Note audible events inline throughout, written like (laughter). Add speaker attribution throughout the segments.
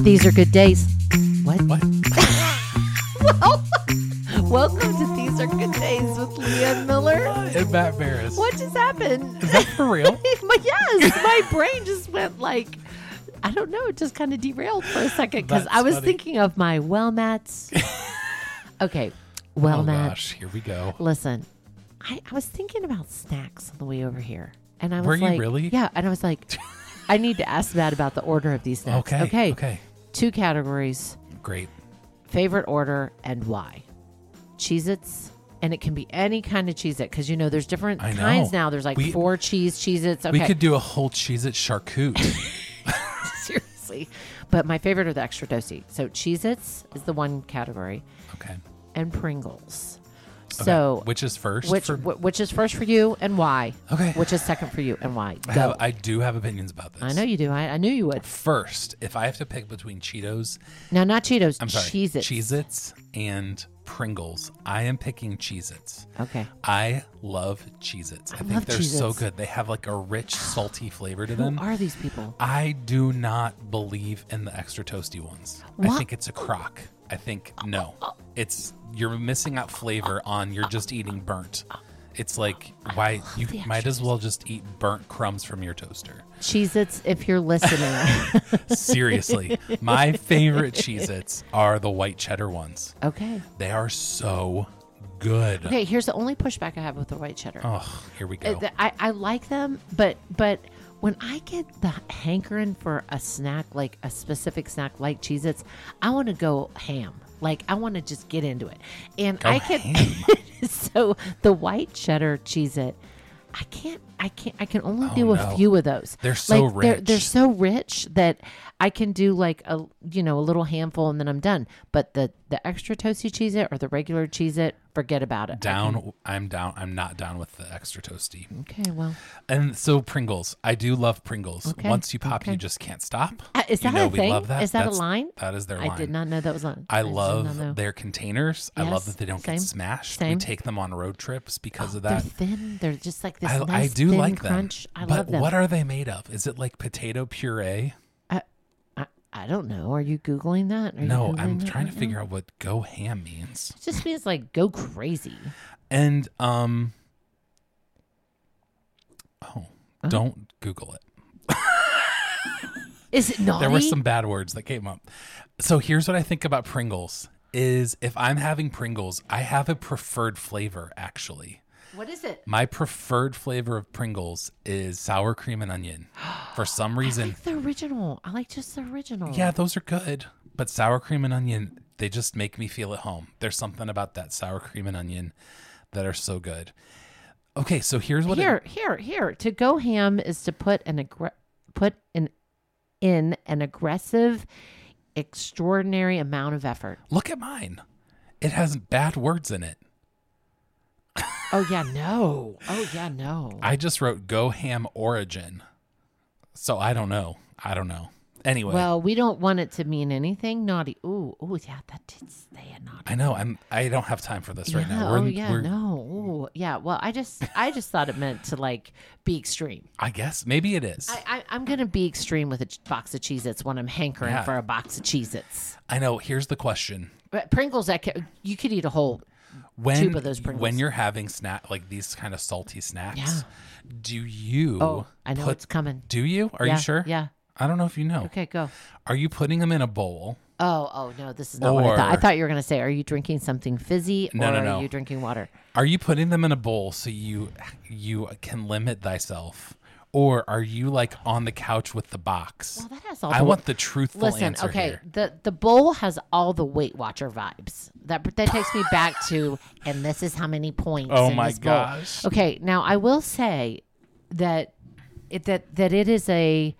Speaker 1: These are good days. What?
Speaker 2: What?
Speaker 1: Well, (laughs) welcome to These Are Good Days with Leah Miller.
Speaker 2: and Matt Barris.
Speaker 1: What just happened? (laughs)
Speaker 2: Is that for real?
Speaker 1: my, yes, my brain just went like, I don't know, it just kind of derailed for a second because
Speaker 2: That's
Speaker 1: I was
Speaker 2: funny.
Speaker 1: thinking of my well
Speaker 2: (laughs)
Speaker 1: mats. okay, well
Speaker 2: oh
Speaker 1: mats.
Speaker 2: gosh, here we go.
Speaker 1: Listen, I, I was thinking about snacks on the way over here, and I was
Speaker 2: Were you
Speaker 1: like,
Speaker 2: really?
Speaker 1: Yeah, and I was like, I need to ask Matt about the order of these snacks.
Speaker 2: Okay.
Speaker 1: okay,
Speaker 2: Okay.
Speaker 1: Two categories:
Speaker 2: Great.
Speaker 1: favorite order and why. Cheez-Its. And it can be any kind of Cheez It because you know there's different
Speaker 2: I know.
Speaker 1: kinds now. There's like
Speaker 2: We-
Speaker 1: four cheese Cheez Its. Okay.
Speaker 2: We could do a whole cheese at charcuterie.
Speaker 1: (laughs) (coughs) seriously. But my favorite are the extra dosy. So Cheez Its is the one category,
Speaker 2: okay.
Speaker 1: and Pringles.
Speaker 2: Okay.
Speaker 1: So
Speaker 2: which is first?
Speaker 1: Oh, which
Speaker 2: for-
Speaker 1: wh- which is first for you and why?
Speaker 2: Okay.
Speaker 1: Which is second for you and why?
Speaker 2: I,
Speaker 1: Go.
Speaker 2: have, I do have opinions about this.
Speaker 1: I know you do. I, I knew you would.
Speaker 2: First, if I have to pick between Cheetos,
Speaker 1: Now, not Cheetos.
Speaker 2: I'm sorry,
Speaker 1: Cheez-Its.
Speaker 2: Its and Pringles, I am picking Cheez Its.
Speaker 1: Okay.
Speaker 2: I love Cheez Its. I, think
Speaker 1: love
Speaker 2: they're
Speaker 1: Cheez-Its.
Speaker 2: so good. They have like a rich, salty flavor to
Speaker 1: Who
Speaker 2: them.
Speaker 1: are these people?
Speaker 2: I do not believe in the extra toasty ones.
Speaker 1: What?
Speaker 2: I think it's a crock. I think no. It's you're missing out flavor on you're just eating burnt. It's like why you
Speaker 1: the
Speaker 2: might
Speaker 1: extra
Speaker 2: as well just eat burnt crumbs from your toaster.
Speaker 1: Cheez-Its, if you're
Speaker 2: (laughs)
Speaker 1: listening. (laughs)
Speaker 2: Seriously. my favorite Cheez Its are the white cheddar ones.
Speaker 1: okay.
Speaker 2: They are so good.
Speaker 1: Okay, here's the only pushback I have with the white cheddar.
Speaker 2: Oh, here we go.
Speaker 1: Uh, th- I, I like them, but but when I get the hankering for a snack, like a specific snack like Cheez Its, I want to go ham. Like I want to just get into it. And I can (laughs) so the white cheddar Cheez It, I can't I can't I can only do a
Speaker 2: Oh, no.
Speaker 1: few of those.
Speaker 2: They're so
Speaker 1: like, They're, they're
Speaker 2: rich.
Speaker 1: so rich that I can do like a you know, a little handful and then I'm done. But the the extra toasty Cheez It or the regular Cheez It, forget about it.
Speaker 2: down I'm down I'm not down with the extra toasty.
Speaker 1: Okay, well.
Speaker 2: And so Pringles, I do love Pringles.
Speaker 1: Okay,
Speaker 2: Once you pop,
Speaker 1: okay.
Speaker 2: you just can't stop.
Speaker 1: Uh, is
Speaker 2: you
Speaker 1: that
Speaker 2: know
Speaker 1: a
Speaker 2: we
Speaker 1: thing?
Speaker 2: Love that.
Speaker 1: Is that a
Speaker 2: That's-
Speaker 1: line?
Speaker 2: That is their line.
Speaker 1: I did not know that was on.
Speaker 2: I
Speaker 1: just did not know.
Speaker 2: love their containers. I
Speaker 1: Yes,
Speaker 2: love that they don't
Speaker 1: same,
Speaker 2: get smashed.
Speaker 1: same.
Speaker 2: We take them on road trips because
Speaker 1: (gasps)
Speaker 2: of
Speaker 1: They're
Speaker 2: that.
Speaker 1: thin. They're just like this.
Speaker 2: I,
Speaker 1: nice,
Speaker 2: I do
Speaker 1: thin
Speaker 2: like them.
Speaker 1: crunch. I
Speaker 2: but
Speaker 1: love them.
Speaker 2: what are they made of? Is it like potato puree?
Speaker 1: I, I, I don't know. Are you googling that? Are you
Speaker 2: No,
Speaker 1: Googling
Speaker 2: I'm
Speaker 1: that
Speaker 2: trying to
Speaker 1: right
Speaker 2: figure out what go ham means.
Speaker 1: now? It just means like go crazy.
Speaker 2: And um
Speaker 1: Uh-huh.
Speaker 2: Oh, don't Google it.
Speaker 1: Is it naughty?
Speaker 2: There were some bad words that came up. So here's what I think about Pringles is if I'm having Pringles, I have a preferred flavor actually.
Speaker 1: What is it?
Speaker 2: My preferred flavor of Pringles is sour cream and onion. For some
Speaker 1: I
Speaker 2: reason,
Speaker 1: like the original. I like just the original.
Speaker 2: yeah, those are good, but sour cream and onion, they just make me feel at home. There's something about that sour cream and onion that are so good. Okay, so here's what it-
Speaker 1: Here, here, here. To go ham is to put an aggr- put an in an aggressive, extraordinary amount of effort.
Speaker 2: look at mine. It has bad words in it.
Speaker 1: Oh yeah, no. Oh yeah, no.
Speaker 2: I just wrote go ham origin. So I don't know. I don't know. Anyway,
Speaker 1: Well, we don't want it to mean anything naughty. Ooh, ooh, yeah, that did say a naughty.
Speaker 2: I know I'm I don't have time for this right
Speaker 1: yeah,
Speaker 2: now.
Speaker 1: oh yeah, no, ooh, yeah. Well, I just, I just thought it meant to like be extreme.
Speaker 2: I guess maybe it is. I,
Speaker 1: I, I, I'm gonna be extreme with a ch- box of Cheez-Its when I'm hankering
Speaker 2: Yeah.
Speaker 1: for a box of Cheez-Its.
Speaker 2: know. Here's the question.
Speaker 1: But Pringles, that ca- you could eat a whole.
Speaker 2: When
Speaker 1: Tube of those Pringles.
Speaker 2: when you're having snack like these kind of salty snacks,
Speaker 1: Yeah.
Speaker 2: do you
Speaker 1: Oh, I know
Speaker 2: put-
Speaker 1: it's coming.
Speaker 2: do you? Are
Speaker 1: Yeah,
Speaker 2: you sure?
Speaker 1: Yeah.
Speaker 2: I don't know if you know.
Speaker 1: Okay, go.
Speaker 2: Are you putting them in a bowl?
Speaker 1: Oh, oh no, this is not what I thought. I
Speaker 2: Or-
Speaker 1: thought you were gonna say, are you drinking something fizzy
Speaker 2: No,
Speaker 1: or
Speaker 2: no,
Speaker 1: are
Speaker 2: no.
Speaker 1: you drinking water?
Speaker 2: Are you putting them in a bowl so you you can limit thyself? Or are you like on the couch with the box?
Speaker 1: Well, that has all.
Speaker 2: I
Speaker 1: the wa-
Speaker 2: want the truthful
Speaker 1: Listen,
Speaker 2: answer
Speaker 1: okay,
Speaker 2: here.
Speaker 1: the the bowl has all the Weight Watcher vibes. That that takes
Speaker 2: (laughs)
Speaker 1: me back to, and this is how many points.
Speaker 2: Oh
Speaker 1: in
Speaker 2: my
Speaker 1: this bowl.
Speaker 2: gosh.
Speaker 1: Okay, now I will say that it that that it is a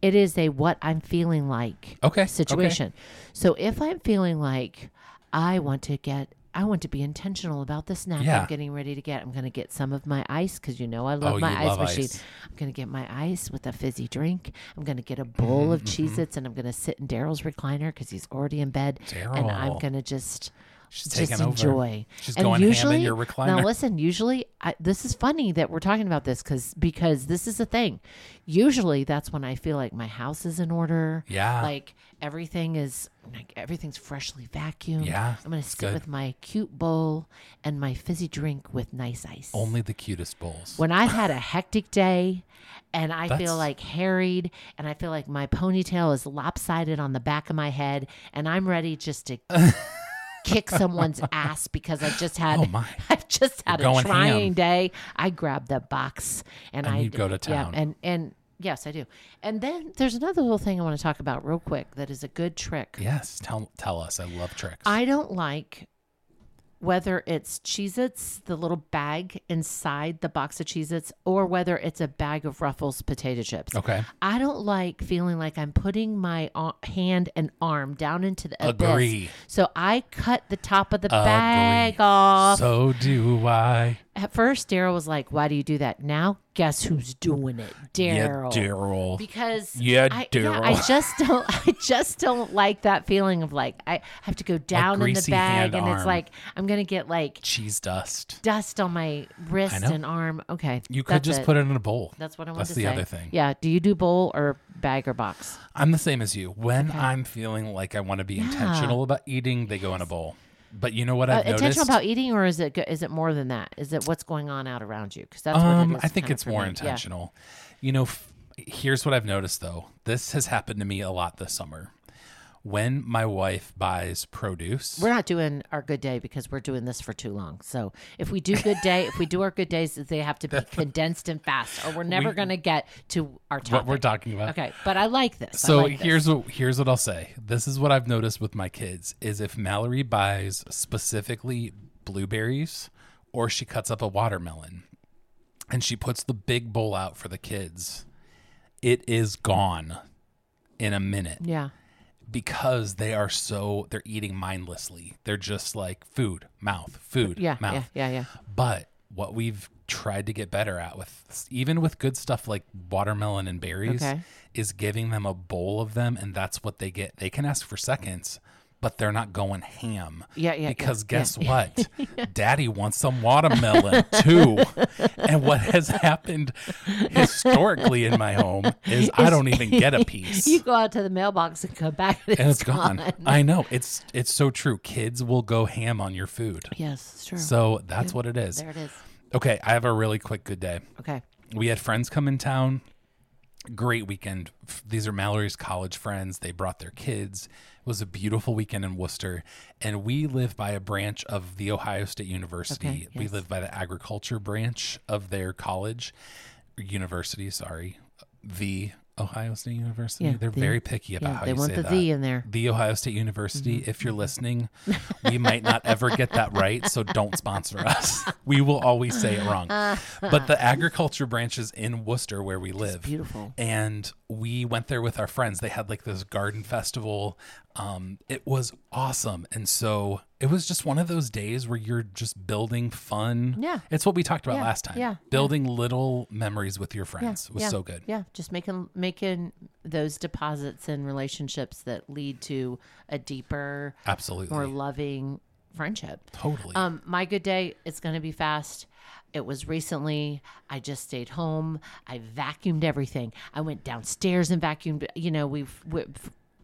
Speaker 1: it is a what I'm feeling like
Speaker 2: Okay, okay.
Speaker 1: situation. So if I'm feeling like I want to get. I want to be intentional about the snack
Speaker 2: Yeah.
Speaker 1: I'm getting ready to get. I'm going to get some of my ice because you know I love
Speaker 2: Oh,
Speaker 1: my
Speaker 2: you
Speaker 1: ice
Speaker 2: love
Speaker 1: machine.
Speaker 2: ice.
Speaker 1: I'm going to get my ice with a fizzy drink. I'm going to get a bowl
Speaker 2: Mm-hmm,
Speaker 1: of Cheez Its and I'm going to sit in Daryl's recliner because he's already in bed. And I'm
Speaker 2: Daryl.
Speaker 1: going to just
Speaker 2: She's
Speaker 1: just
Speaker 2: taking over.
Speaker 1: enjoy.
Speaker 2: She's
Speaker 1: and
Speaker 2: going ham in
Speaker 1: usually,
Speaker 2: your
Speaker 1: Now
Speaker 2: recliner.
Speaker 1: listen, usually I, this is funny that we're talking about this because because this is the thing. Usually that's when I feel like my house is in order.
Speaker 2: Yeah.
Speaker 1: Like everything is like everything's freshly vacuumed.
Speaker 2: Yeah,
Speaker 1: I'm gonna
Speaker 2: it's
Speaker 1: sit
Speaker 2: good.
Speaker 1: with my cute bowl and my fizzy drink with nice ice.
Speaker 2: Only the cutest bowls.
Speaker 1: When I've had a hectic day and I feel
Speaker 2: That's-
Speaker 1: like harried and I feel like my ponytail is lopsided on the back of my head and I'm ready just
Speaker 2: (laughs)
Speaker 1: to kick someone's ass because I just had
Speaker 2: Oh, my.
Speaker 1: (laughs) I've just had
Speaker 2: You're
Speaker 1: a
Speaker 2: going
Speaker 1: trying
Speaker 2: ham.
Speaker 1: day. I grab the box and,
Speaker 2: And
Speaker 1: I
Speaker 2: you go to town.
Speaker 1: Yeah, and and yes, I do. And then there's another little thing I want to talk about real quick that is a good trick.
Speaker 2: Yes, tell tell us. I love tricks.
Speaker 1: I don't like whether it's Cheez Its, the little bag inside the box of Cheez Its, or whether it's a bag of Ruffles potato chips.
Speaker 2: okay,
Speaker 1: I don't like feeling like I'm putting my a- hand and arm down into the abyss.
Speaker 2: Agree.
Speaker 1: So I cut the top of the
Speaker 2: Agree.
Speaker 1: bag off.
Speaker 2: so do I.
Speaker 1: At first, Daryl was like, Why do you do that? Now, guess who's doing it?
Speaker 2: Yeah,
Speaker 1: Daryl
Speaker 2: Daryl.
Speaker 1: because
Speaker 2: Yeah,
Speaker 1: I,
Speaker 2: Daryl.
Speaker 1: I just don't. (laughs) I just don't like that feeling of like I have to go down in the
Speaker 2: greasy
Speaker 1: bag,
Speaker 2: hand
Speaker 1: and it's
Speaker 2: arm.
Speaker 1: like I'm gonna get like
Speaker 2: Cheese dust.
Speaker 1: dust on my wrist
Speaker 2: know.
Speaker 1: and arm. Okay,
Speaker 2: You could
Speaker 1: that's
Speaker 2: just
Speaker 1: it.
Speaker 2: put it in a bowl.
Speaker 1: That's what I want
Speaker 2: That's
Speaker 1: to
Speaker 2: the
Speaker 1: say.
Speaker 2: other thing.
Speaker 1: Yeah. Do you do bowl or bag or box?
Speaker 2: I'm the same as you. When I'm feeling like I want to be intentional about eating, they go in a bowl. But you know what
Speaker 1: Uh,
Speaker 2: I've noticed?
Speaker 1: intentional about eating, or is it go- is it more than that? Is it what's going on out around you? Because that's what
Speaker 2: um,
Speaker 1: it is
Speaker 2: I think
Speaker 1: kinda
Speaker 2: it's
Speaker 1: for
Speaker 2: more
Speaker 1: me. Yeah.
Speaker 2: intentional. You know, f- here's what I've noticed though. This has happened to me a lot this summer. When my wife buys produce,
Speaker 1: We're not doing our good day because we're doing this for too long. So if we do good day, if we do our good days, they have
Speaker 2: (laughs)
Speaker 1: to be condensed and fast, or we're never going to get to our topic.
Speaker 2: what we're talking about.
Speaker 1: okay, but I like this. I
Speaker 2: So
Speaker 1: like this.
Speaker 2: here's what here's what I'll say. This is what I've noticed with my kids is if Mallory buys specifically blueberries or she cuts up a watermelon and she puts the big bowl out for the kids, it is gone in a minute
Speaker 1: yeah,
Speaker 2: because they are so they're eating mindlessly. They're just like food, mouth, food,
Speaker 1: yeah,
Speaker 2: mouth.
Speaker 1: yeah, yeah, yeah.
Speaker 2: But what we've tried to get better at with even with good stuff like watermelon and berries
Speaker 1: Okay.
Speaker 2: is giving them a bowl of them and that's what they get. They can ask for seconds, but they're not going ham.
Speaker 1: Yeah, yeah, yeah,
Speaker 2: Because
Speaker 1: yeah.
Speaker 2: guess what? Daddy wants some watermelon
Speaker 1: (laughs)
Speaker 2: too. and what has happened historically in my home is I don't even get a
Speaker 1: (laughs) (laughs)
Speaker 2: piece
Speaker 1: You go out to the mailbox and come back, and,
Speaker 2: and it's gone. I know. It's it's so true. Kids will go ham on your food.
Speaker 1: Yes, it's true.
Speaker 2: So that's what it is.
Speaker 1: there it is.
Speaker 2: Okay, I have a really quick good day.
Speaker 1: Okay,
Speaker 2: We had friends come in town. Great weekend. F- These are Mallory's college friends. They brought their kids. It was a beautiful weekend in Worcester. And we live by a branch of the Ohio State University.
Speaker 1: Okay,
Speaker 2: We
Speaker 1: yes.
Speaker 2: live by the agriculture branch of their college, university, sorry. The Ohio State University.
Speaker 1: Yeah,
Speaker 2: They're
Speaker 1: the-
Speaker 2: very picky about
Speaker 1: yeah,
Speaker 2: how
Speaker 1: they
Speaker 2: you
Speaker 1: want
Speaker 2: say
Speaker 1: the
Speaker 2: that
Speaker 1: "the" in there.
Speaker 2: the Ohio State University.
Speaker 1: Mm-hmm.
Speaker 2: If you're listening, we might not ever get that right, so don't
Speaker 1: (laughs)
Speaker 2: sponsor us. We will always say it wrong.
Speaker 1: Uh-huh.
Speaker 2: But the agriculture branch is in Worcester where we live.
Speaker 1: beautiful.
Speaker 2: And we went there with our friends. They had like this garden festival. Um, it was awesome. And so it was just one of those days where you're just building fun.
Speaker 1: Yeah.
Speaker 2: It's what we talked about
Speaker 1: Yeah,
Speaker 2: last time.
Speaker 1: yeah, yeah.
Speaker 2: Building little memories with your friends was
Speaker 1: yeah,
Speaker 2: so good.
Speaker 1: Yeah, just making making those deposits in relationships that lead to a deeper,
Speaker 2: Absolutely.
Speaker 1: more loving friendship.
Speaker 2: totally.
Speaker 1: Um, my good day. It's going to be fast. It was recently. I just stayed home. I vacuumed everything. I went downstairs and vacuumed. You know, we've. we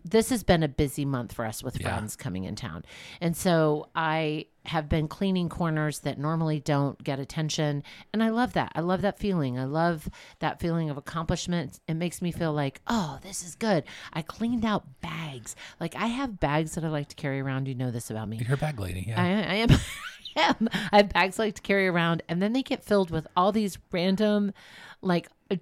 Speaker 1: this has been a busy month for us with friends coming in town. And so I have been cleaning corners that normally don't get attention. And I love that. I love that feeling. I love that feeling of accomplishment. It makes me feel like, oh, this is good. I cleaned out bags. Like I have bags that I like to carry around. You know this about me.
Speaker 2: you're a bag lady. Yeah.
Speaker 1: I, I am. (laughs) I am. I have bags I like to carry around, and then they get filled with all these random, like, uh,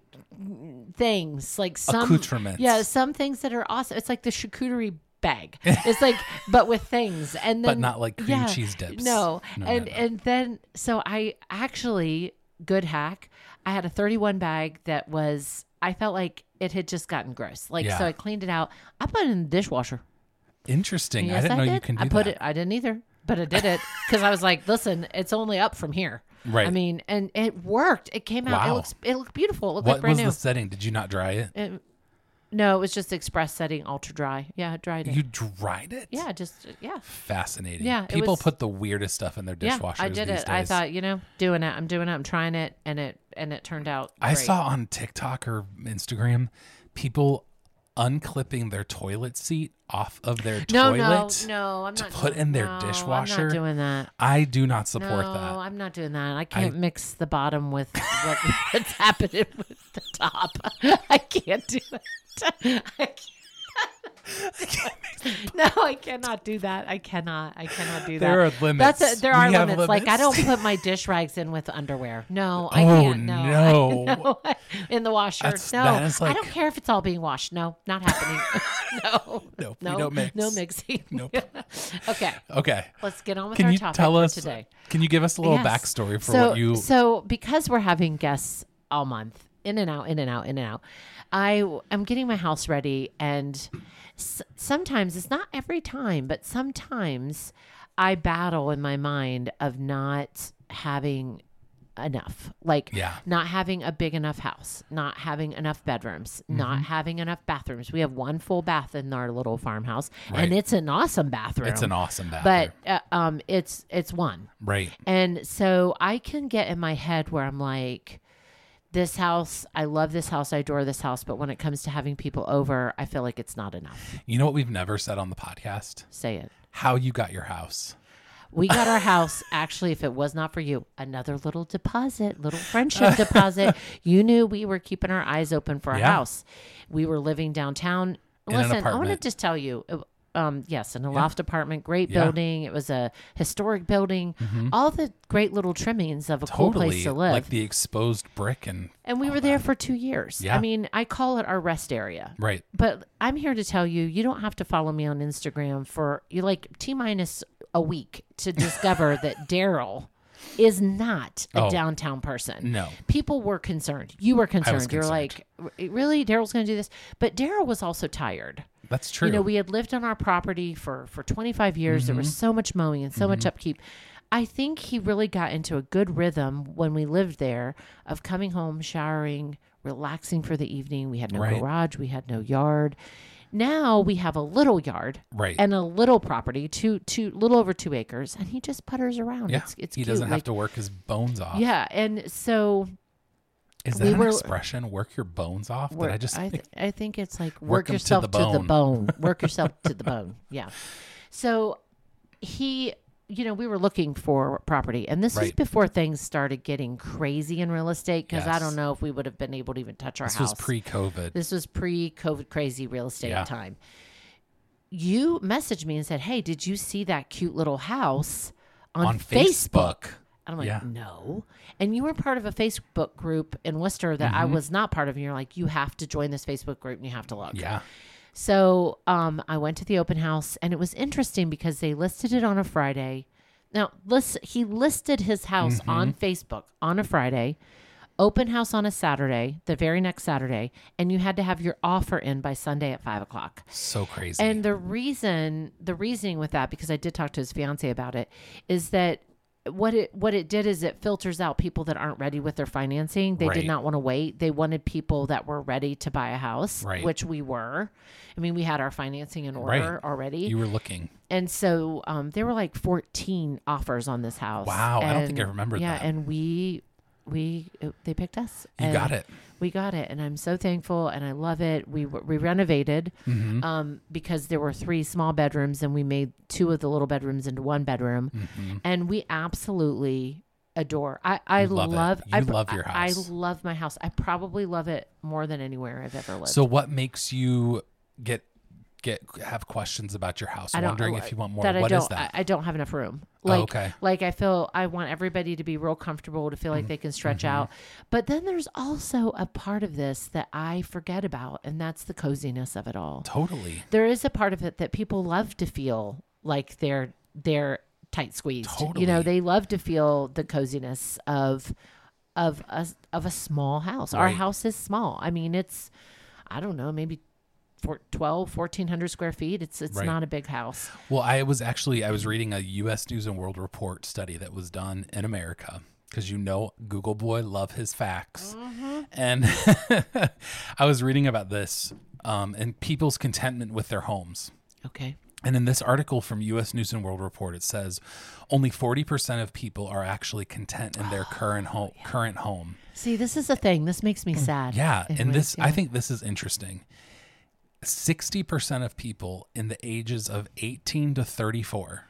Speaker 1: things, like some
Speaker 2: Accoutrements.
Speaker 1: Yeah, some things that are awesome. It's like the charcuterie bag. It's
Speaker 2: (laughs)
Speaker 1: like, but with things, and then
Speaker 2: but not like cream cheese dips.
Speaker 1: no,
Speaker 2: No,
Speaker 1: and
Speaker 2: no, no.
Speaker 1: and then so I actually good hack. I had a 31 bag that was I felt like it had just gotten gross. Like so
Speaker 2: Yeah.
Speaker 1: I cleaned it out. I put it in the dishwasher.
Speaker 2: Interesting.
Speaker 1: Yes,
Speaker 2: I didn't know
Speaker 1: did.
Speaker 2: you can do
Speaker 1: I put
Speaker 2: that.
Speaker 1: it. I didn't either, but I did it because I was like, "Listen, it's only up from here."
Speaker 2: Right.
Speaker 1: I mean, and it worked. It came out. It
Speaker 2: Wow.
Speaker 1: looks. It looked beautiful. It looked
Speaker 2: What
Speaker 1: like brand
Speaker 2: was
Speaker 1: new. Eh.
Speaker 2: the setting? Did you not dry it?
Speaker 1: It- No, it was just express setting, ultra dry. Yeah, I dried it.
Speaker 2: You dried it?
Speaker 1: yeah, just uh, yeah.
Speaker 2: Fascinating.
Speaker 1: Yeah, it
Speaker 2: People
Speaker 1: was-
Speaker 2: put the weirdest stuff in their
Speaker 1: Yeah,
Speaker 2: dishwashers
Speaker 1: I did it.
Speaker 2: these days.
Speaker 1: I thought, you know, doing it. I'm doing it. I'm trying it, and it and it turned out.
Speaker 2: I
Speaker 1: great.
Speaker 2: saw on TikTok or Instagram people unclipping their toilet seat off of their
Speaker 1: No, no,
Speaker 2: toilet.
Speaker 1: no. I'm
Speaker 2: to
Speaker 1: not
Speaker 2: put
Speaker 1: doing-
Speaker 2: in their
Speaker 1: no, I'm
Speaker 2: dishwasher?
Speaker 1: not doing that.
Speaker 2: I do not support
Speaker 1: No,
Speaker 2: that.
Speaker 1: I'm not doing that. I can't mix the bottom with what, (laughs) what's happening with the top. (laughs) I can't do that. (laughs) I can't. (laughs) No, I cannot do that. I cannot. I cannot do
Speaker 2: There
Speaker 1: that.
Speaker 2: are limits.
Speaker 1: That's a, there are
Speaker 2: We have
Speaker 1: limits. Like I don't
Speaker 2: limits.
Speaker 1: put my dish rags in with underwear.
Speaker 2: (laughs)
Speaker 1: No, I
Speaker 2: Oh,
Speaker 1: can't. No, (laughs) I-
Speaker 2: no.
Speaker 1: no. in the washer.
Speaker 2: That's-
Speaker 1: no,
Speaker 2: that is
Speaker 1: I don't
Speaker 2: like-
Speaker 1: care if it's all being washed. No, not happening.
Speaker 2: (laughs)
Speaker 1: (laughs) no,
Speaker 2: Nope, we
Speaker 1: no,
Speaker 2: don't mix.
Speaker 1: no mixing.
Speaker 2: Nope.
Speaker 1: (laughs) okay,
Speaker 2: Okay.
Speaker 1: let's get on with
Speaker 2: Can
Speaker 1: our
Speaker 2: you
Speaker 1: topic
Speaker 2: tell
Speaker 1: for
Speaker 2: us
Speaker 1: today.
Speaker 2: Can you give us a little
Speaker 1: Yes.
Speaker 2: backstory for
Speaker 1: so,
Speaker 2: what you
Speaker 1: So, because we're having guests all month, in and out, in and out, in and out, I am getting my house ready, and s- sometimes it's not every time, but sometimes I battle in my mind of not having enough like
Speaker 2: Yeah.
Speaker 1: not having a big enough house not having enough bedrooms
Speaker 2: Mm-hmm.
Speaker 1: not having enough bathrooms we have one full bath in our little farmhouse
Speaker 2: Right.
Speaker 1: and it's an awesome bathroom
Speaker 2: It's an awesome bathroom.
Speaker 1: but uh, um it's it's one
Speaker 2: right.
Speaker 1: and so I can get in my head where I'm like, this house, I love this house, I adore this house, but when it comes to having people over, I feel like it's not enough.
Speaker 2: You know what we've never said on the podcast?
Speaker 1: Say it.
Speaker 2: How you got your house.
Speaker 1: We got our
Speaker 2: (laughs)
Speaker 1: house, actually, if it was not for you, another little deposit, little friendship deposit. You knew we were keeping our eyes open for a
Speaker 2: Yeah.
Speaker 1: house. We were living downtown.
Speaker 2: an
Speaker 1: Listen, I want to
Speaker 2: apartment.
Speaker 1: just tell you. it- Um, yes, in a loft apartment, great
Speaker 2: Yeah. Mm-hmm.
Speaker 1: building. It was a historic building. All the great little trimmings of a cool
Speaker 2: Totally.
Speaker 1: place to live.
Speaker 2: Like the exposed brick and
Speaker 1: And we were there for two years.
Speaker 2: Oh, Yeah.
Speaker 1: I mean, I call it our rest area.
Speaker 2: right.
Speaker 1: But I'm here to tell you, you don't have to follow me on Instagram for you like T minus a week
Speaker 2: (laughs)
Speaker 1: to discover that Daryl is not a
Speaker 2: Oh.
Speaker 1: downtown person.
Speaker 2: No.
Speaker 1: People were concerned. You were concerned.
Speaker 2: was
Speaker 1: You're
Speaker 2: concerned.
Speaker 1: like, "R- really? Daryl's going to do this? But Daryl was also tired.
Speaker 2: That's true. Mm-hmm.
Speaker 1: You know, we had lived on our property for for 25 years. There was so much mowing and so much upkeep. I think he really got into a good rhythm when we lived there of coming home, showering, relaxing for the evening. We had no
Speaker 2: Right.
Speaker 1: garage, we had no yard. Now we have a little yard
Speaker 2: Right.
Speaker 1: and a little property, two two little over 2 acres, and he just putters around.
Speaker 2: yeah.
Speaker 1: It's it's
Speaker 2: he
Speaker 1: cute.
Speaker 2: doesn't have
Speaker 1: Like,
Speaker 2: to work his bones off.
Speaker 1: Yeah, and so
Speaker 2: Is that
Speaker 1: we
Speaker 2: an
Speaker 1: were-
Speaker 2: expression? Work your bones off? Did
Speaker 1: Work-
Speaker 2: I just
Speaker 1: I, th- I think it's like
Speaker 2: Work
Speaker 1: work,
Speaker 2: 'em to the
Speaker 1: yourself to the, bone.
Speaker 2: (laughs)
Speaker 1: Work yourself to the bone. Yeah. So he, you know, we were looking for property, and this was
Speaker 2: Right.
Speaker 1: before things started getting crazy in real estate because I
Speaker 2: Yes.
Speaker 1: don't know if we would have been able to even touch our
Speaker 2: this
Speaker 1: house.
Speaker 2: was pre-COVID.
Speaker 1: this was pre COVID crazy real estate
Speaker 2: Yeah.
Speaker 1: time. You messaged me and said, "Hey, did you see that cute little house on,
Speaker 2: on
Speaker 1: Facebook?"
Speaker 2: Facebook.
Speaker 1: And I'm like,
Speaker 2: Yeah.
Speaker 1: no. And you were part of a Facebook group in Worcester that
Speaker 2: Mm-hmm.
Speaker 1: I was not part of. And you're like, you have to join this Facebook group and you have to look.
Speaker 2: Yeah.
Speaker 1: So um, I went to the open house and it was interesting because they listed it on a Friday. Now, list, he listed his house
Speaker 2: Mm-hmm.
Speaker 1: on Facebook on a Friday, open house on a Saturday, the very next Saturday. And you had to have your offer in by Sunday at five o'clock.
Speaker 2: So crazy.
Speaker 1: And the reason, the reasoning with that, because I did talk to his fiance about it, is that what it what it did is it filters out people that aren't ready with their financing. They
Speaker 2: Right.
Speaker 1: did not want to wait. They wanted people that were ready to buy a house,
Speaker 2: Right.
Speaker 1: which we were. I mean, we had our financing in order
Speaker 2: Right.
Speaker 1: already,
Speaker 2: you were looking.
Speaker 1: and so um, there were like fourteen offers on this house.
Speaker 2: Wow, I don't think I
Speaker 1: And-
Speaker 2: remembered
Speaker 1: Yeah,
Speaker 2: that.
Speaker 1: and we we they picked us.
Speaker 2: You
Speaker 1: And
Speaker 2: got it.
Speaker 1: we got it, and I'm so thankful, and I love it. We w- we renovated
Speaker 2: Mm-hmm.
Speaker 1: um, because there were three small bedrooms, and we made two of the little bedrooms into one bedroom, and we absolutely adore. I I
Speaker 2: love
Speaker 1: love,
Speaker 2: it.
Speaker 1: I
Speaker 2: Mm-hmm. You
Speaker 1: pr-
Speaker 2: love your
Speaker 1: I-
Speaker 2: house.
Speaker 1: I love my house. I probably love it more than anywhere I've ever lived.
Speaker 2: So what makes you get get have questions about your house?
Speaker 1: I don't-
Speaker 2: Wondering
Speaker 1: I-
Speaker 2: if you want more.
Speaker 1: that I
Speaker 2: What
Speaker 1: don't,
Speaker 2: is that? Oh,
Speaker 1: I, I don't have enough room. Like,
Speaker 2: okay.
Speaker 1: like I feel I want everybody to be real comfortable to feel like they
Speaker 2: Mm-hmm.
Speaker 1: can stretch out. But then there's also a part of this that I forget about, and that's the coziness of it all.
Speaker 2: totally.
Speaker 1: There is a part of it that people love to feel like they're they're tight squeezed. You
Speaker 2: Totally.
Speaker 1: know, they love to feel the coziness of of a of a small house. Our
Speaker 2: Right.
Speaker 1: house is small. I mean, it's I don't know, maybe. four- 12 1400 square feet it's it's
Speaker 2: Right.
Speaker 1: not a big house
Speaker 2: Well, I was actually I was reading a U.S. News and World Report study that was done in America because you know (laughs) Google boy love his facts, and I was reading about this um, and people's contentment with their homes.
Speaker 1: Okay.
Speaker 2: And in this article from U.S. News and World Report, it says only 40% of people are actually content in their current home. Current home.
Speaker 1: See, this is the thing. This makes me sad.
Speaker 2: Mm. Yeah,
Speaker 1: in
Speaker 2: and
Speaker 1: ways,
Speaker 2: this I
Speaker 1: yeah.
Speaker 2: think this is interesting. 60% of people in the ages of 18 to 34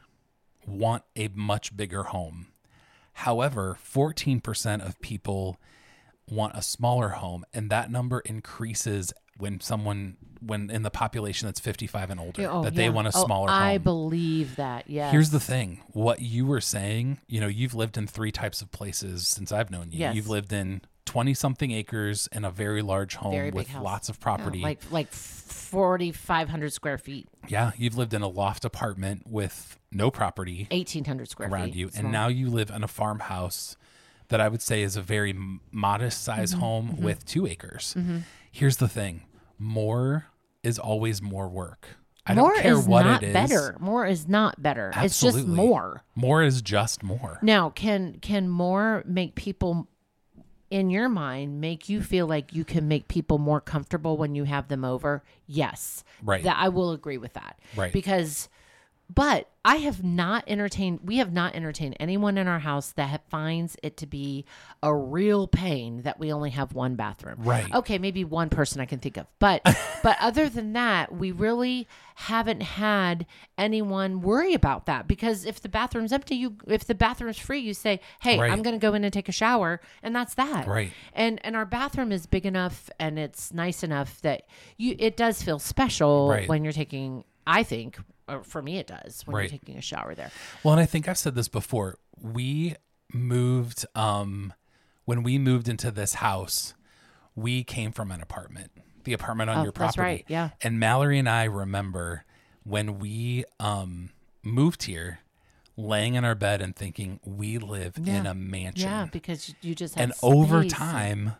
Speaker 2: want a much bigger home. However, 14% of people want a smaller home and that number increases when someone when in the population that's 55 and older
Speaker 1: Oh,
Speaker 2: that
Speaker 1: yeah.
Speaker 2: they want a
Speaker 1: Oh,
Speaker 2: smaller
Speaker 1: I
Speaker 2: home.
Speaker 1: believe that. Yeah.
Speaker 2: Here's the thing. What you were saying, you know, you've lived in three types of places since I've known you.
Speaker 1: Yes.
Speaker 2: You've lived in 20 something acres in a very large home
Speaker 1: Very big
Speaker 2: with
Speaker 1: house.
Speaker 2: lots of property. Yeah,
Speaker 1: like like 4500 square feet,
Speaker 2: you've lived in a loft apartment with no property
Speaker 1: 1800 square
Speaker 2: around
Speaker 1: feet.
Speaker 2: you. And now you live in a farmhouse that I would say is a very modest
Speaker 1: Mm-hmm,
Speaker 2: size home with two acres. Here's the thing more is always more work. I
Speaker 1: more
Speaker 2: don't care
Speaker 1: is
Speaker 2: what
Speaker 1: not
Speaker 2: it is.
Speaker 1: better. More is not better. It's just
Speaker 2: Absolutely.
Speaker 1: more.
Speaker 2: More is just more.
Speaker 1: Now, can can more make people in your mind make you feel like you can make people more comfortable when you have them over? Yes.
Speaker 2: Right.
Speaker 1: That I will agree with that.
Speaker 2: Right.
Speaker 1: Because but I have not entertained we have not entertained anyone in our house that ha- finds it to be a real pain that we only have one bathroom.
Speaker 2: Right.
Speaker 1: Okay, maybe one person I can think of.
Speaker 2: (laughs)
Speaker 1: But but other than that, we really haven't had anyone worry about that because if the bathroom's empty, you if the bathroom's free, you say, "Hey,
Speaker 2: Right.
Speaker 1: I'm going to go in and take a shower." And that's that.
Speaker 2: Right.
Speaker 1: And and our bathroom is big enough and it's nice enough that you it does feel special
Speaker 2: Right.
Speaker 1: when you're taking I think or for me it does when
Speaker 2: Right.
Speaker 1: you're taking a shower there.
Speaker 2: Well, and I think I've said this before. We moved um when we moved into this house, we came from an apartment. The apartment on your
Speaker 1: Oh, that's
Speaker 2: property.
Speaker 1: right, yeah.
Speaker 2: And Mallory and I remember when we um moved here laying in our bed and thinking we live in a mansion.
Speaker 1: Yeah, because you just have
Speaker 2: and over
Speaker 1: space.
Speaker 2: time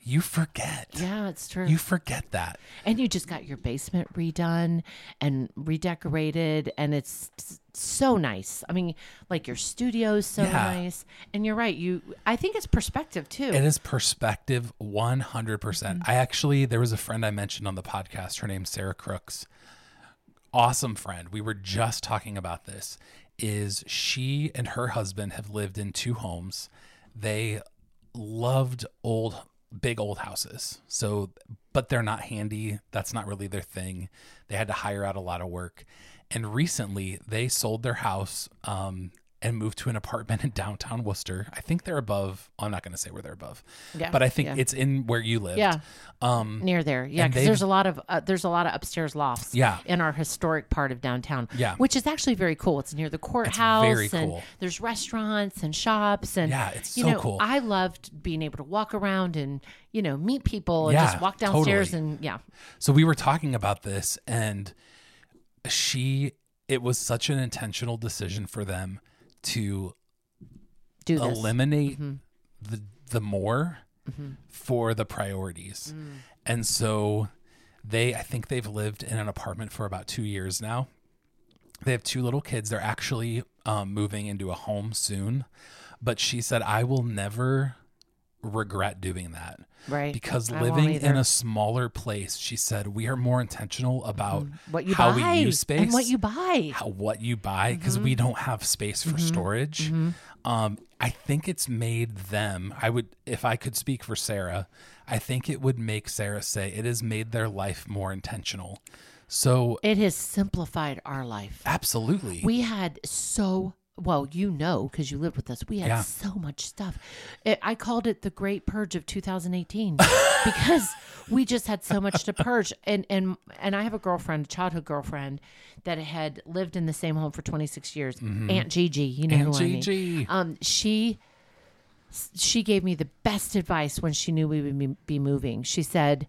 Speaker 2: you forget.
Speaker 1: Yeah, it's true.
Speaker 2: You forget that.
Speaker 1: And you just got your basement redone and redecorated, and it's s- so nice. I mean, like your studio's so
Speaker 2: Yeah.
Speaker 1: nice. And you're right. You, I think it's perspective too.
Speaker 2: It is perspective 100%. percent I actually, there was a friend I mentioned on the podcast. Her name's Sarah Crooks. Awesome friend. We were just talking about this. Is she and her husband have lived in two homes. They loved old, big old houses. So, but they're not handy. That's not really their thing. They had to hire out a lot of work. And recently they sold their house um, and moved to an apartment (laughs) in downtown Worcester. I think they're above, I'm not going to say where they're above,
Speaker 1: Yeah,
Speaker 2: but I think
Speaker 1: yeah.
Speaker 2: it's in where you lived.
Speaker 1: Yeah.
Speaker 2: Um,
Speaker 1: near there. Yeah,
Speaker 2: and
Speaker 1: because
Speaker 2: they've-
Speaker 1: there's a lot of uh, there's a lot of upstairs lofts.
Speaker 2: Yeah.
Speaker 1: in our historic part of downtown.
Speaker 2: Yeah.
Speaker 1: which is actually very cool. It's near the courthouse.
Speaker 2: very
Speaker 1: and
Speaker 2: cool.
Speaker 1: There's restaurants and shops and
Speaker 2: Yeah, it's
Speaker 1: you
Speaker 2: so
Speaker 1: know,
Speaker 2: cool.
Speaker 1: I loved being able to walk around and you know meet people and
Speaker 2: Yeah,
Speaker 1: just walk downstairs
Speaker 2: totally.
Speaker 1: and yeah,
Speaker 2: So we were talking about this, and she, it was such an intentional decision for them to
Speaker 1: do this. Mm-hmm.
Speaker 2: eliminate the the more for the priorities.
Speaker 1: Mm.
Speaker 2: And so they I think they've lived in an apartment for about 2 years now. They have two little kids. They're actually um, moving into a home soon. But she said I will never regret doing that
Speaker 1: Right.
Speaker 2: because
Speaker 1: I won't
Speaker 2: living in
Speaker 1: either.
Speaker 2: a smaller place she said we are more intentional about
Speaker 1: Mm-hmm. what you
Speaker 2: how
Speaker 1: buy
Speaker 2: we use space
Speaker 1: and what you buy.
Speaker 2: how what you buy because we
Speaker 1: Mm-hmm.
Speaker 2: don't have space for storage. Um, I think it's made them. I would, if I could speak for Sarah, I think it would make Sarah say it has made their life more intentional. So
Speaker 1: It has simplified our life.
Speaker 2: absolutely,
Speaker 1: We had so well, you know, because you lived with us. We had
Speaker 2: Yeah.
Speaker 1: so much stuff. It, I called it the Great Purge of (laughs) 2018 because we just had so much to purge. And and and I have a girlfriend, a childhood girlfriend, that had lived in the same home for 26 years. Mm-hmm. Aunt Gigi, you know
Speaker 2: and
Speaker 1: who I mean.
Speaker 2: GG.
Speaker 1: Um, she she gave me the best advice when she knew we would be- be moving. She said,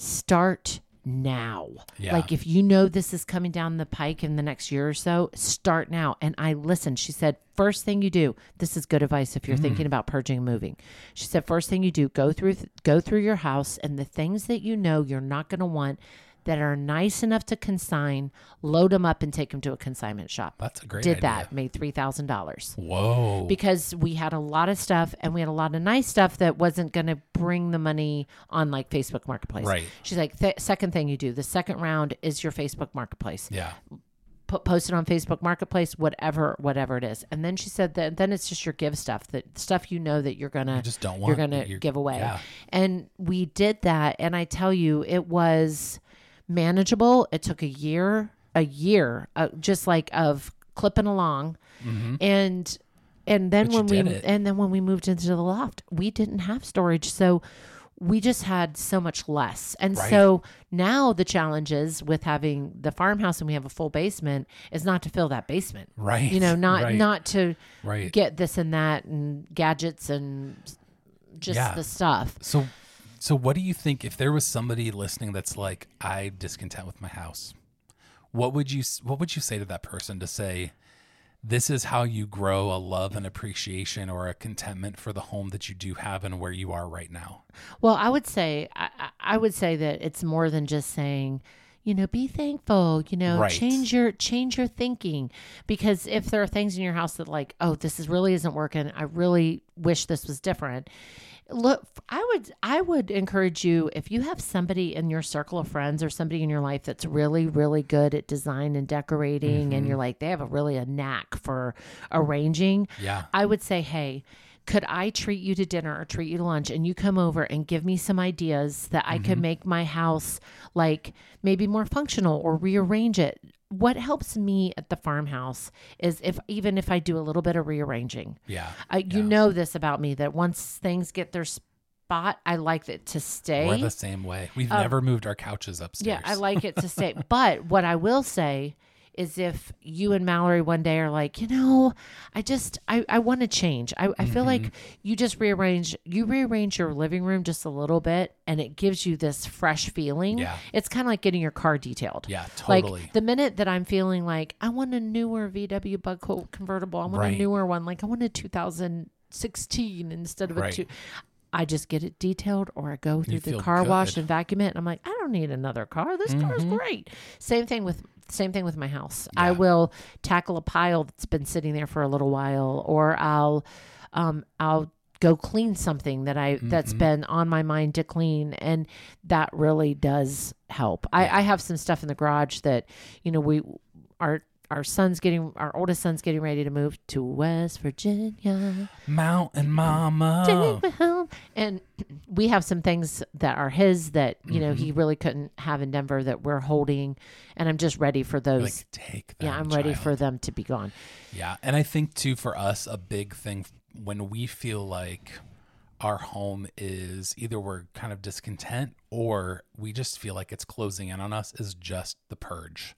Speaker 1: "Start now.
Speaker 2: Yeah.
Speaker 1: Like if you know this is coming down the pike in the next year or so, start now." And I listened. She said, first thing you do, this is good advice if you're
Speaker 2: Mm.
Speaker 1: thinking about purging and moving." She said, first thing you do, go through th- go through your house and the things that you know you're not going to want." that are nice enough to consign, load them up and take them to a consignment shop.
Speaker 2: That's a great
Speaker 1: Did
Speaker 2: idea.
Speaker 1: that, made $3,000
Speaker 2: Whoa.
Speaker 1: because we had a lot of stuff and we had a lot of nice stuff that wasn't going to bring the money on like Facebook Marketplace.
Speaker 2: Right.
Speaker 1: She's like, "Th- second thing you do, the second round is your Facebook Marketplace.
Speaker 2: yeah.
Speaker 1: P- post it on Facebook Marketplace, whatever, whatever it is. And then she said that then it's just your give stuff, that stuff you know that you're gonna
Speaker 2: just don't
Speaker 1: you're
Speaker 2: want,
Speaker 1: gonna
Speaker 2: that you're-
Speaker 1: give away.
Speaker 2: yeah.
Speaker 1: And we did that, and I tell you, it was manageable. It took a year, a year, uh, just like of clipping along, and and then
Speaker 2: Mm-hmm. But you
Speaker 1: when we
Speaker 2: did it.
Speaker 1: and then when we moved into the loft, we didn't have storage, so we just had so much less. And
Speaker 2: Right.
Speaker 1: so now the challenge is with having the farmhouse and we have a full basement is not to fill that basement.
Speaker 2: Right.
Speaker 1: You know, not
Speaker 2: Right.
Speaker 1: not to
Speaker 2: Right.
Speaker 1: get this and that and gadgets and just
Speaker 2: Yeah.
Speaker 1: the stuff.
Speaker 2: So, so what do you think if there was somebody listening that's like, I'm discontent with my house? What would you What would you say to that person to say, this is how you grow a love and appreciation or a contentment for the home that you do have and where you are right now?
Speaker 1: Well, I would say I, I- I would say that it's more than just saying, you know, be thankful. You know,
Speaker 2: Right.
Speaker 1: change your change your thinking because if there are things in your house that like, oh, this is really isn't working. I really wish this was different. Look, I would I would encourage you if you have somebody in your circle of friends or somebody in your life that's really really good at design and decorating,
Speaker 2: Mm-hmm.
Speaker 1: and you're like they have a really a knack for arranging.
Speaker 2: Yeah.
Speaker 1: I would say, hey, could I treat you to dinner or treat you to lunch and you come over and give me some ideas that I could make my house like maybe more functional or rearrange it? What helps me at the farmhouse is if even if I do a little bit of rearranging,
Speaker 2: Yeah.
Speaker 1: I, you
Speaker 2: Yeah.
Speaker 1: know this about me that once things get their spot, I like it to stay.
Speaker 2: We're the same way. We've never moved our couches upstairs.
Speaker 1: Um, Yeah, I like it to
Speaker 2: (laughs)
Speaker 1: stay. but what I will say is if you and Mallory one day are like, you know, I just I, I want to change. I, I feel like
Speaker 2: Mm-hmm.
Speaker 1: you just rearrange you rearrange your living room just a little bit and it gives you this fresh feeling.
Speaker 2: Yeah.
Speaker 1: It's kinda like getting your car detailed.
Speaker 2: Yeah, totally.
Speaker 1: Like the minute that I'm feeling like I want a newer VW bug Co- convertible, I want a
Speaker 2: Right.
Speaker 1: newer one, like I want a two thousand sixteen instead of
Speaker 2: Right.
Speaker 1: a two I just get it detailed or I go through the
Speaker 2: feel
Speaker 1: car wash
Speaker 2: good.
Speaker 1: and vacuum it and I'm like, I don't need another car. This car is great. Same thing with same thing with my house. I
Speaker 2: Yeah.
Speaker 1: will tackle a pile that's been sitting there for a little while or I'll um I'll go clean something that I that's been on my mind to clean and that really does help. I, I have some stuff in the garage that, you know, we our our son's getting our oldest son's getting ready to move to West Virginia.
Speaker 2: Mountain Mama.
Speaker 1: (laughs) Take me home. And we have some things that are his that, you know, he
Speaker 2: Mm-hmm.
Speaker 1: really couldn't have in Denver that we're holding. And I'm just ready for those.
Speaker 2: Like take that.
Speaker 1: yeah, I'm ready for them to be gone.
Speaker 2: Yeah. And I think, too, for us, a big thing when we feel like our home is either we're kind of discontent or we just feel like it's closing in on us is just the purge.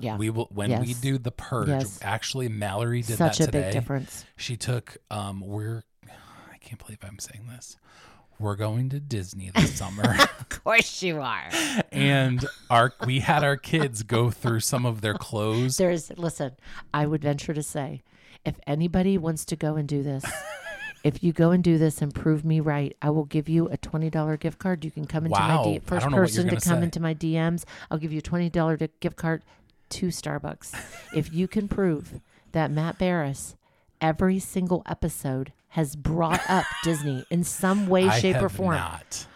Speaker 1: Yeah.
Speaker 2: We will, when we
Speaker 1: Yes.
Speaker 2: do the purge,
Speaker 1: Yes.
Speaker 2: actually, Mallory did
Speaker 1: Such
Speaker 2: that
Speaker 1: a
Speaker 2: today.
Speaker 1: big
Speaker 2: (laughs)
Speaker 1: difference.
Speaker 2: She took, um, we're, I can't believe I'm saying this. We're going to Disney this
Speaker 1: (laughs)
Speaker 2: summer.
Speaker 1: Of course you are.
Speaker 2: and our we had our kids go through some of their clothes.
Speaker 1: There's, listen, I would venture to say if anybody wants to go and do
Speaker 2: (laughs)
Speaker 1: this, if you go and do this and prove me right, I will give you a $20 gift card. You can come into
Speaker 2: Wow.
Speaker 1: my
Speaker 2: I
Speaker 1: D-
Speaker 2: don't
Speaker 1: first
Speaker 2: know what you're
Speaker 1: person to
Speaker 2: gonna
Speaker 1: come
Speaker 2: say.
Speaker 1: into my DMs. I'll give you a $20 di- gift card to
Speaker 2: (laughs)
Speaker 1: Starbucks. if you can prove that Matt Barris, every single episode, has brought up Disney in some way,
Speaker 2: (laughs) I
Speaker 1: shape, or
Speaker 2: have
Speaker 1: form.
Speaker 2: Not.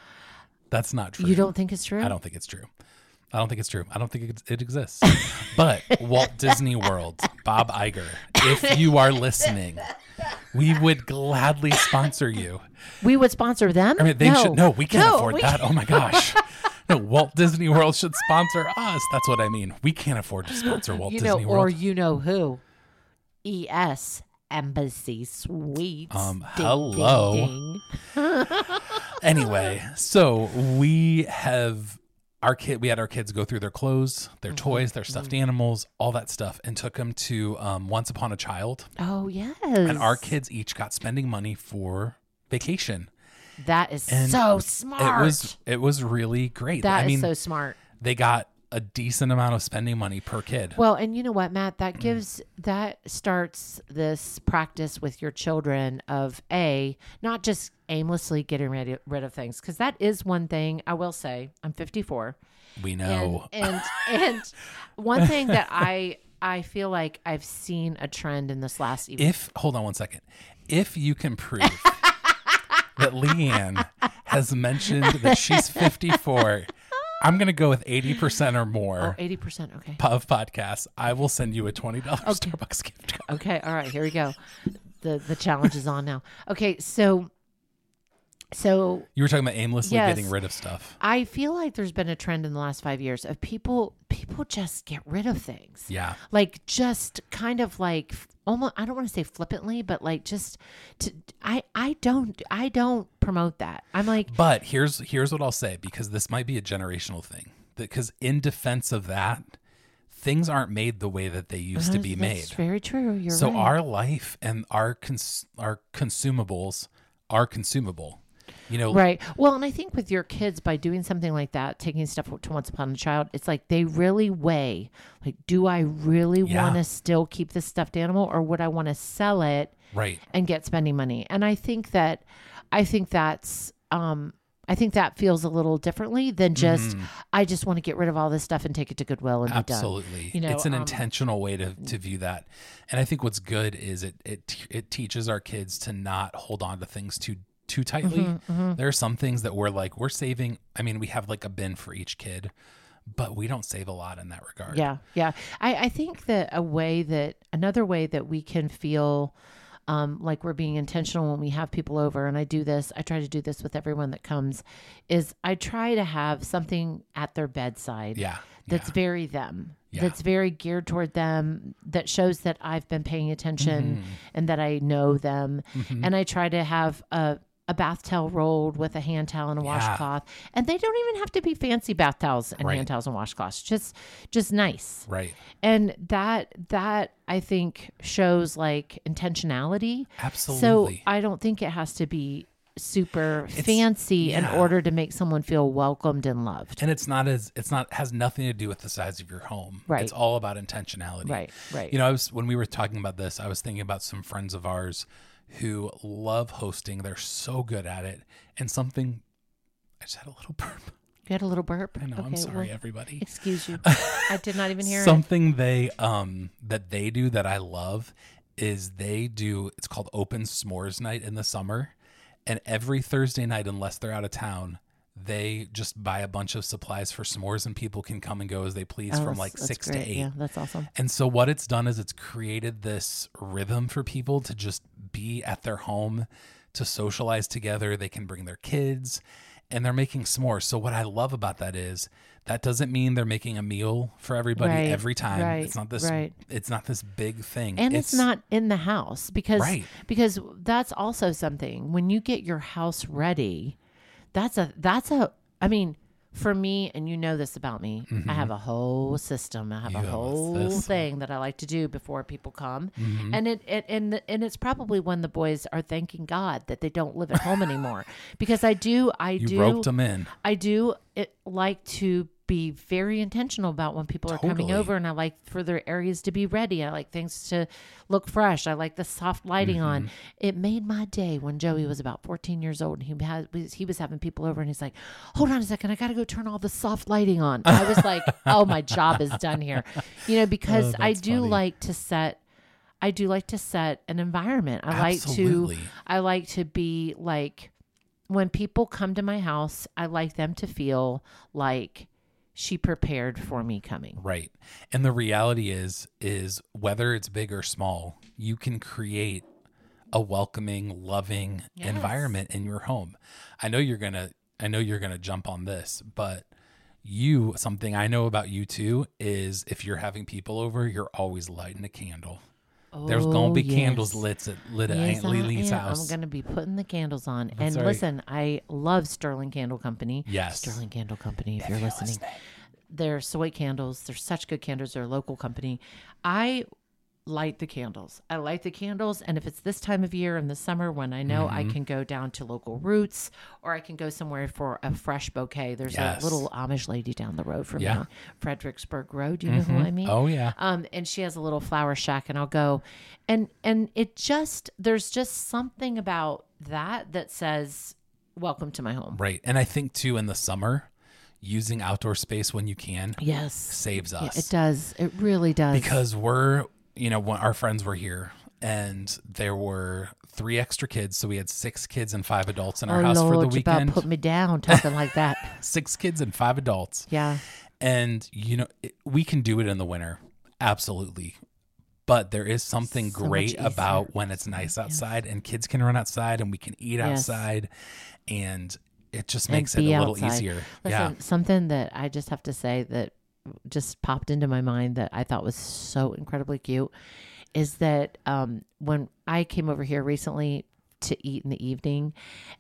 Speaker 2: That's not true.
Speaker 1: You don't think it's true?
Speaker 2: I don't think it's true. I don't think it's true. I don't think it, it exists. (laughs) but Walt Disney World, Bob Iger, if you are listening, we would gladly sponsor you.
Speaker 1: We would sponsor them?
Speaker 2: I mean, they
Speaker 1: no.
Speaker 2: should. No, we can't
Speaker 1: No,
Speaker 2: afford
Speaker 1: we
Speaker 2: that. Oh my gosh. No, Walt Disney World should sponsor us. That's what I mean. We can't afford to sponsor Walt
Speaker 1: you know,
Speaker 2: Disney
Speaker 1: or
Speaker 2: World.
Speaker 1: you know who? ES Embassy Suites.
Speaker 2: Um, hello. anyway, so we have our kid. We had our kids go through their clothes, their
Speaker 1: Mm-hmm.
Speaker 2: toys, their stuffed animals, all that stuff, and took them to um, Once Upon a Child.
Speaker 1: Oh yes.
Speaker 2: And our kids each got spending money for vacation.
Speaker 1: That is
Speaker 2: And
Speaker 1: so smart.
Speaker 2: It was it was really great.
Speaker 1: That
Speaker 2: I
Speaker 1: is
Speaker 2: mean,
Speaker 1: so smart.
Speaker 2: they got a a decent amount of spending money per kid.
Speaker 1: Well, and you know what, Matt?
Speaker 2: Mm.
Speaker 1: That gives that starts this practice with your children of a not just aimlessly getting rid rid of things because that is one thing I will say. I'm 54,
Speaker 2: we know.
Speaker 1: and and, and one thing that I I feel like I've seen a trend in this
Speaker 2: (laughs)
Speaker 1: last evening.
Speaker 2: if hold on one second, if you
Speaker 1: (laughs)
Speaker 2: can prove that Leanne has mentioned that she's 54, I'm gonna go with 80 percent or
Speaker 1: Oh,
Speaker 2: more
Speaker 1: 80%. Okay.
Speaker 2: of podcasts. I will send you a twenty dollars Starbucks gift card.
Speaker 1: Okay, all right, here we go. The the challenge is on now. Okay, so so
Speaker 2: You were talking about aimlessly
Speaker 1: Yes.
Speaker 2: getting rid of stuff.
Speaker 1: I feel like there's been a trend in the last 5 years of people people just get rid of things.
Speaker 2: Yeah,
Speaker 1: Like just kind of like almost I don't want to say flippantly, but like just to, I I don't I don't promote that. I'm like
Speaker 2: but here's here's what I'll say because this might be a generational thing. Because in defense of that, things aren't made the way that they used to be made.
Speaker 1: Uh-huh, That's very true. You're
Speaker 2: So
Speaker 1: right.
Speaker 2: our life and our cons- our consumables are consumable. You know,
Speaker 1: Right. Well, and I think with your kids, by doing something like that, taking stuff to Once Upon a Child, it's like they really weigh like, do I really
Speaker 2: Yeah.
Speaker 1: want to still keep this stuffed animal or would I want to sell it
Speaker 2: right.
Speaker 1: and get spending money? And I think that, I think that's, um, I think that feels a little differently than just, I just want to get rid of all this stuff and take it to Goodwill and be done.
Speaker 2: Mm. Absolutely.
Speaker 1: You know,
Speaker 2: it's an
Speaker 1: um, mm.
Speaker 2: intentional way to, to view that. And I think what's good is it it t- it teaches our kids to not hold on to things too too tightly.
Speaker 1: Mm-hmm,
Speaker 2: There are some things that we're like we're saving. I mean, we have like a bin for each kid, but we don't save a lot in that regard.
Speaker 1: Yeah, yeah. I, I think that a way that another way that we can feel um, like we're being intentional when we have people over, and I do this, I try to do this with everyone that comes, is I try to have something at their bedside
Speaker 2: Yeah.
Speaker 1: that's very them,
Speaker 2: Yeah.
Speaker 1: that's very geared toward them, that shows that I've been paying attention
Speaker 2: Mm-hmm.
Speaker 1: and that I know them. And I try to have a a bath towel rolled with a hand towel and a
Speaker 2: Yeah.
Speaker 1: washcloth. And they don't even have to be fancy bath towels and
Speaker 2: Right.
Speaker 1: hand towels and washcloths. Just just nice
Speaker 2: Right.
Speaker 1: and that that i think shows like intentionality
Speaker 2: Absolutely.
Speaker 1: so i don't think it has to be super fancy
Speaker 2: yeah.
Speaker 1: in order to make someone feel welcomed and loved
Speaker 2: and it's not as it's not has nothing to do with the size of your home.
Speaker 1: Right.
Speaker 2: It's all about intentionality.
Speaker 1: right right
Speaker 2: You know, I was when we were talking about this, I was thinking about some friends of ours who love hosting. They're so good at it. And something I just had a little (laughs) burp.
Speaker 1: you had a little burp
Speaker 2: I know, I'm
Speaker 1: Okay,
Speaker 2: sorry,
Speaker 1: well,
Speaker 2: everybody.
Speaker 1: excuse you i did not even hear it
Speaker 2: Something they um that they do that I love is they do it's called open s'mores night in the summer. And every Thursday night, unless they're out of town, they just buy a bunch of supplies for s'mores and people can come and go as they please
Speaker 1: Oh,
Speaker 2: from
Speaker 1: that's-
Speaker 2: like
Speaker 1: that's
Speaker 2: six
Speaker 1: great.
Speaker 2: to eight.
Speaker 1: yeah that's awesome
Speaker 2: And so what it's done is it's created this rhythm for people to just be at their home, to socialize together. They can bring their kids and they're making s'mores. So what I love about that is that doesn't mean they're making a meal for everybody
Speaker 1: Right,
Speaker 2: every time.
Speaker 1: right,
Speaker 2: It's not this
Speaker 1: right.
Speaker 2: it's not this big thing.
Speaker 1: and it's, not in the house because
Speaker 2: Right.
Speaker 1: because that's also something when you get your house ready that's a that's a i mean for me and you know this about me i have a whole system i Mm-hmm. have
Speaker 2: You
Speaker 1: a
Speaker 2: have a
Speaker 1: whole
Speaker 2: system.
Speaker 1: thing that i like to do before people come and it, it and the, and it's probably when the boys are thanking god that they don't live at home anymore (laughs) because i do i
Speaker 2: you
Speaker 1: do
Speaker 2: roped them in.
Speaker 1: I do it, like to be very intentional about when people are coming
Speaker 2: Totally.
Speaker 1: over, and I like for their areas to be ready. I like things to look fresh. I like the soft lighting
Speaker 2: Mm-hmm.
Speaker 1: on. It made my day when Joey was about 14 years old, and he had was- he was having people over, and he's like, "Hold on a second, I got to go turn all the soft lighting on." I was
Speaker 2: (laughs)
Speaker 1: like, "Oh, my job is done here," you know, because I
Speaker 2: Oh, that's
Speaker 1: do
Speaker 2: funny.
Speaker 1: like to set. I do like to set an environment. I
Speaker 2: Absolutely.
Speaker 1: like to I like to be like when people come to my house, I like them to feel like she prepared for me coming.
Speaker 2: Right. And the reality is is whether it's big or small, you can create a welcoming, loving
Speaker 1: Yes.
Speaker 2: environment in your home. I know you're going to I know you're going to jump on this, but you something I know about you too is if you're having people over, you're always lighting a candle. There's going
Speaker 1: Oh,
Speaker 2: to be
Speaker 1: yes.
Speaker 2: candles lit at lit at
Speaker 1: Yes,
Speaker 2: Aunt Lelene's
Speaker 1: I am.
Speaker 2: house.
Speaker 1: I'm going to be putting the candles on. and
Speaker 2: right.
Speaker 1: listen, I love Sterling Candle Company.
Speaker 2: Yes.
Speaker 1: Sterling Candle Company, if, you're, listening. They're soy candles. They're such good candles. They're a local company. I light the candles. I light the candles. And if it's this time of year in the summer when I know
Speaker 2: Mm-hmm.
Speaker 1: I can go down to local roots or I can go somewhere for a fresh bouquet, there's
Speaker 2: Yes.
Speaker 1: a little Amish lady down the road from
Speaker 2: Yeah.
Speaker 1: me, Fredericksburg Road. Do you know who I mean?
Speaker 2: Oh yeah.
Speaker 1: Um, and she has a little flower shack, and I'll go, and and it just there's just something about that that says, "Welcome to my home."
Speaker 2: Right. And I think too in the summer, using outdoor space when you can
Speaker 1: Yes,
Speaker 2: saves us.
Speaker 1: yeah, it does. It really does.
Speaker 2: because we're you know when our friends were here and there were three extra kids so we had six kids and five adults in our
Speaker 1: oh
Speaker 2: house
Speaker 1: Lord,
Speaker 2: for the
Speaker 1: you about
Speaker 2: weekend
Speaker 1: put me down talking like
Speaker 2: (laughs)
Speaker 1: that.
Speaker 2: six kids and five adults
Speaker 1: Yeah,
Speaker 2: and you know it, we can do it in the winter absolutely but there is something
Speaker 1: So much
Speaker 2: great
Speaker 1: easier.
Speaker 2: about when it's nice outside and kids can run outside and we can eat
Speaker 1: Yes.
Speaker 2: outside and it just makes it
Speaker 1: be
Speaker 2: a little
Speaker 1: outside.
Speaker 2: easier
Speaker 1: listen, something that I just have to say that just popped into my mind that I thought was so incredibly cute is that um, when I came over here recently to eat in the evening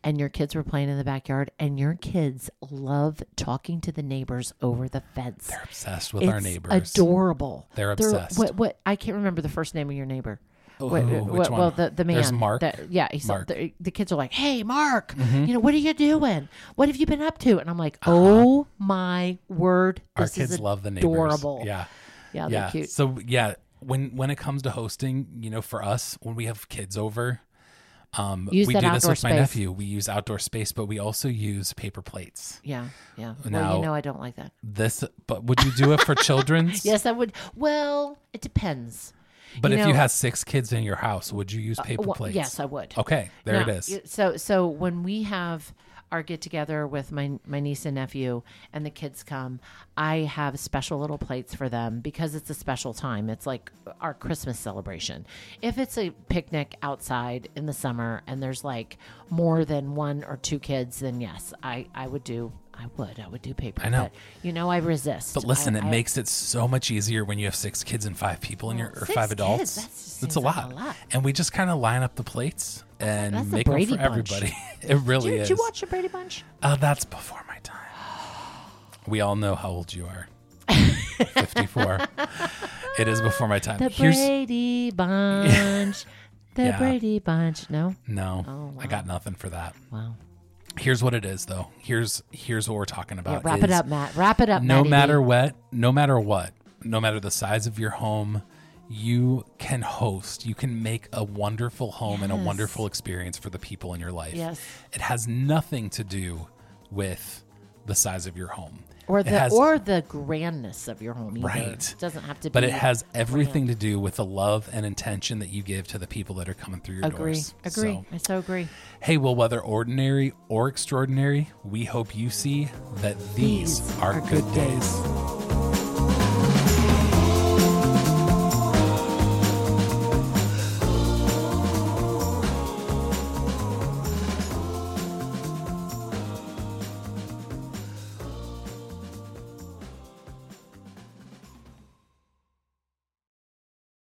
Speaker 1: and your kids were playing in the backyard and your kids love talking to the neighbors over the fence.
Speaker 2: yeah obsessed with
Speaker 1: it's
Speaker 2: our neighbors
Speaker 1: adorable.
Speaker 2: They're obsessed.
Speaker 1: what, what I can't remember the first name of your neighbor. What-
Speaker 2: Ooh,
Speaker 1: what-
Speaker 2: which one?
Speaker 1: Well, the, the man.
Speaker 2: There's Mark.
Speaker 1: that- yeah, he's
Speaker 2: Mark. Mm-hmm.
Speaker 1: The, the kids are like, "Hey, Mark, you know what are you doing? What have you been up to?" And I'm like, "Oh my word,
Speaker 2: Uh-huh. our
Speaker 1: this
Speaker 2: kids
Speaker 1: is
Speaker 2: love the neighbors
Speaker 1: adorable."
Speaker 2: yeah
Speaker 1: yeah,
Speaker 2: yeah
Speaker 1: they're cute.
Speaker 2: so yeah when when it comes to hosting you know for us when we have kids over um
Speaker 1: Use
Speaker 2: we
Speaker 1: that
Speaker 2: do this
Speaker 1: outdoor
Speaker 2: with my
Speaker 1: space.
Speaker 2: nephew we use outdoor space but we also use paper plates
Speaker 1: Yeah, yeah. well,
Speaker 2: Now-
Speaker 1: you know, I don't like that.
Speaker 2: this but would you do it
Speaker 1: (laughs)
Speaker 2: for children's
Speaker 1: Yes, I would. Well, it depends.
Speaker 2: but
Speaker 1: you
Speaker 2: if
Speaker 1: know-
Speaker 2: you had six kids in your house would you use paper
Speaker 1: Well,
Speaker 2: plates
Speaker 1: yes, I would.
Speaker 2: okay there
Speaker 1: Now,
Speaker 2: it is
Speaker 1: y- So so when we have our get together with my my niece and nephew and the kids come, I have special little plates for them because it's a special time. It's like our Christmas celebration. If it's a picnic outside in the summer and there's like more than one or two kids, then yes, I I would do I would I would do paper.
Speaker 2: I know.
Speaker 1: But, you know I resist.
Speaker 2: but listen
Speaker 1: I,
Speaker 2: it
Speaker 1: I-
Speaker 2: makes it so much easier when you have six kids and five people in your or
Speaker 1: six
Speaker 2: five
Speaker 1: kids,
Speaker 2: adults
Speaker 1: that just
Speaker 2: it's a
Speaker 1: seems like
Speaker 2: lot.
Speaker 1: a lot.
Speaker 2: and we just kind of line up the plates and
Speaker 1: That's a
Speaker 2: make them
Speaker 1: Brady
Speaker 2: for
Speaker 1: Bunch.
Speaker 2: everybody (laughs) it really
Speaker 1: Did
Speaker 2: is
Speaker 1: you watch the Brady Bunch?
Speaker 2: Uh, that's before my time. We all know how old you
Speaker 1: (laughs)
Speaker 2: are. 54. it is before my time.
Speaker 1: The Brady Bunch. The
Speaker 2: (laughs) Yeah.
Speaker 1: Brady Bunch. No.
Speaker 2: no,
Speaker 1: Oh,
Speaker 2: I got nothing for that.
Speaker 1: Wow.
Speaker 2: Here's what it is, though. Here's here's what we're talking
Speaker 1: Yeah,
Speaker 2: about.
Speaker 1: wrap it
Speaker 2: uh, is
Speaker 1: up, Matt. Wrap it up.
Speaker 2: No
Speaker 1: Matty B.
Speaker 2: matter what, no matter what, no matter the size of your home, you can host. You can make a wonderful home and a
Speaker 1: Yes.
Speaker 2: wonderful experience for the people in your life.
Speaker 1: Yes.
Speaker 2: It has nothing to do with the size of your home.
Speaker 1: or
Speaker 2: It
Speaker 1: the
Speaker 2: has
Speaker 1: or the grandness of your home, either.
Speaker 2: Right.
Speaker 1: It doesn't have to.
Speaker 2: but
Speaker 1: be,
Speaker 2: it has everything to do with the love and intention that you give to the people that are coming through your
Speaker 1: Agree.
Speaker 2: doors.
Speaker 1: Agree.
Speaker 2: So,
Speaker 1: I so agree.
Speaker 2: hey, well, whether ordinary or extraordinary, we hope you see that these, are, good days.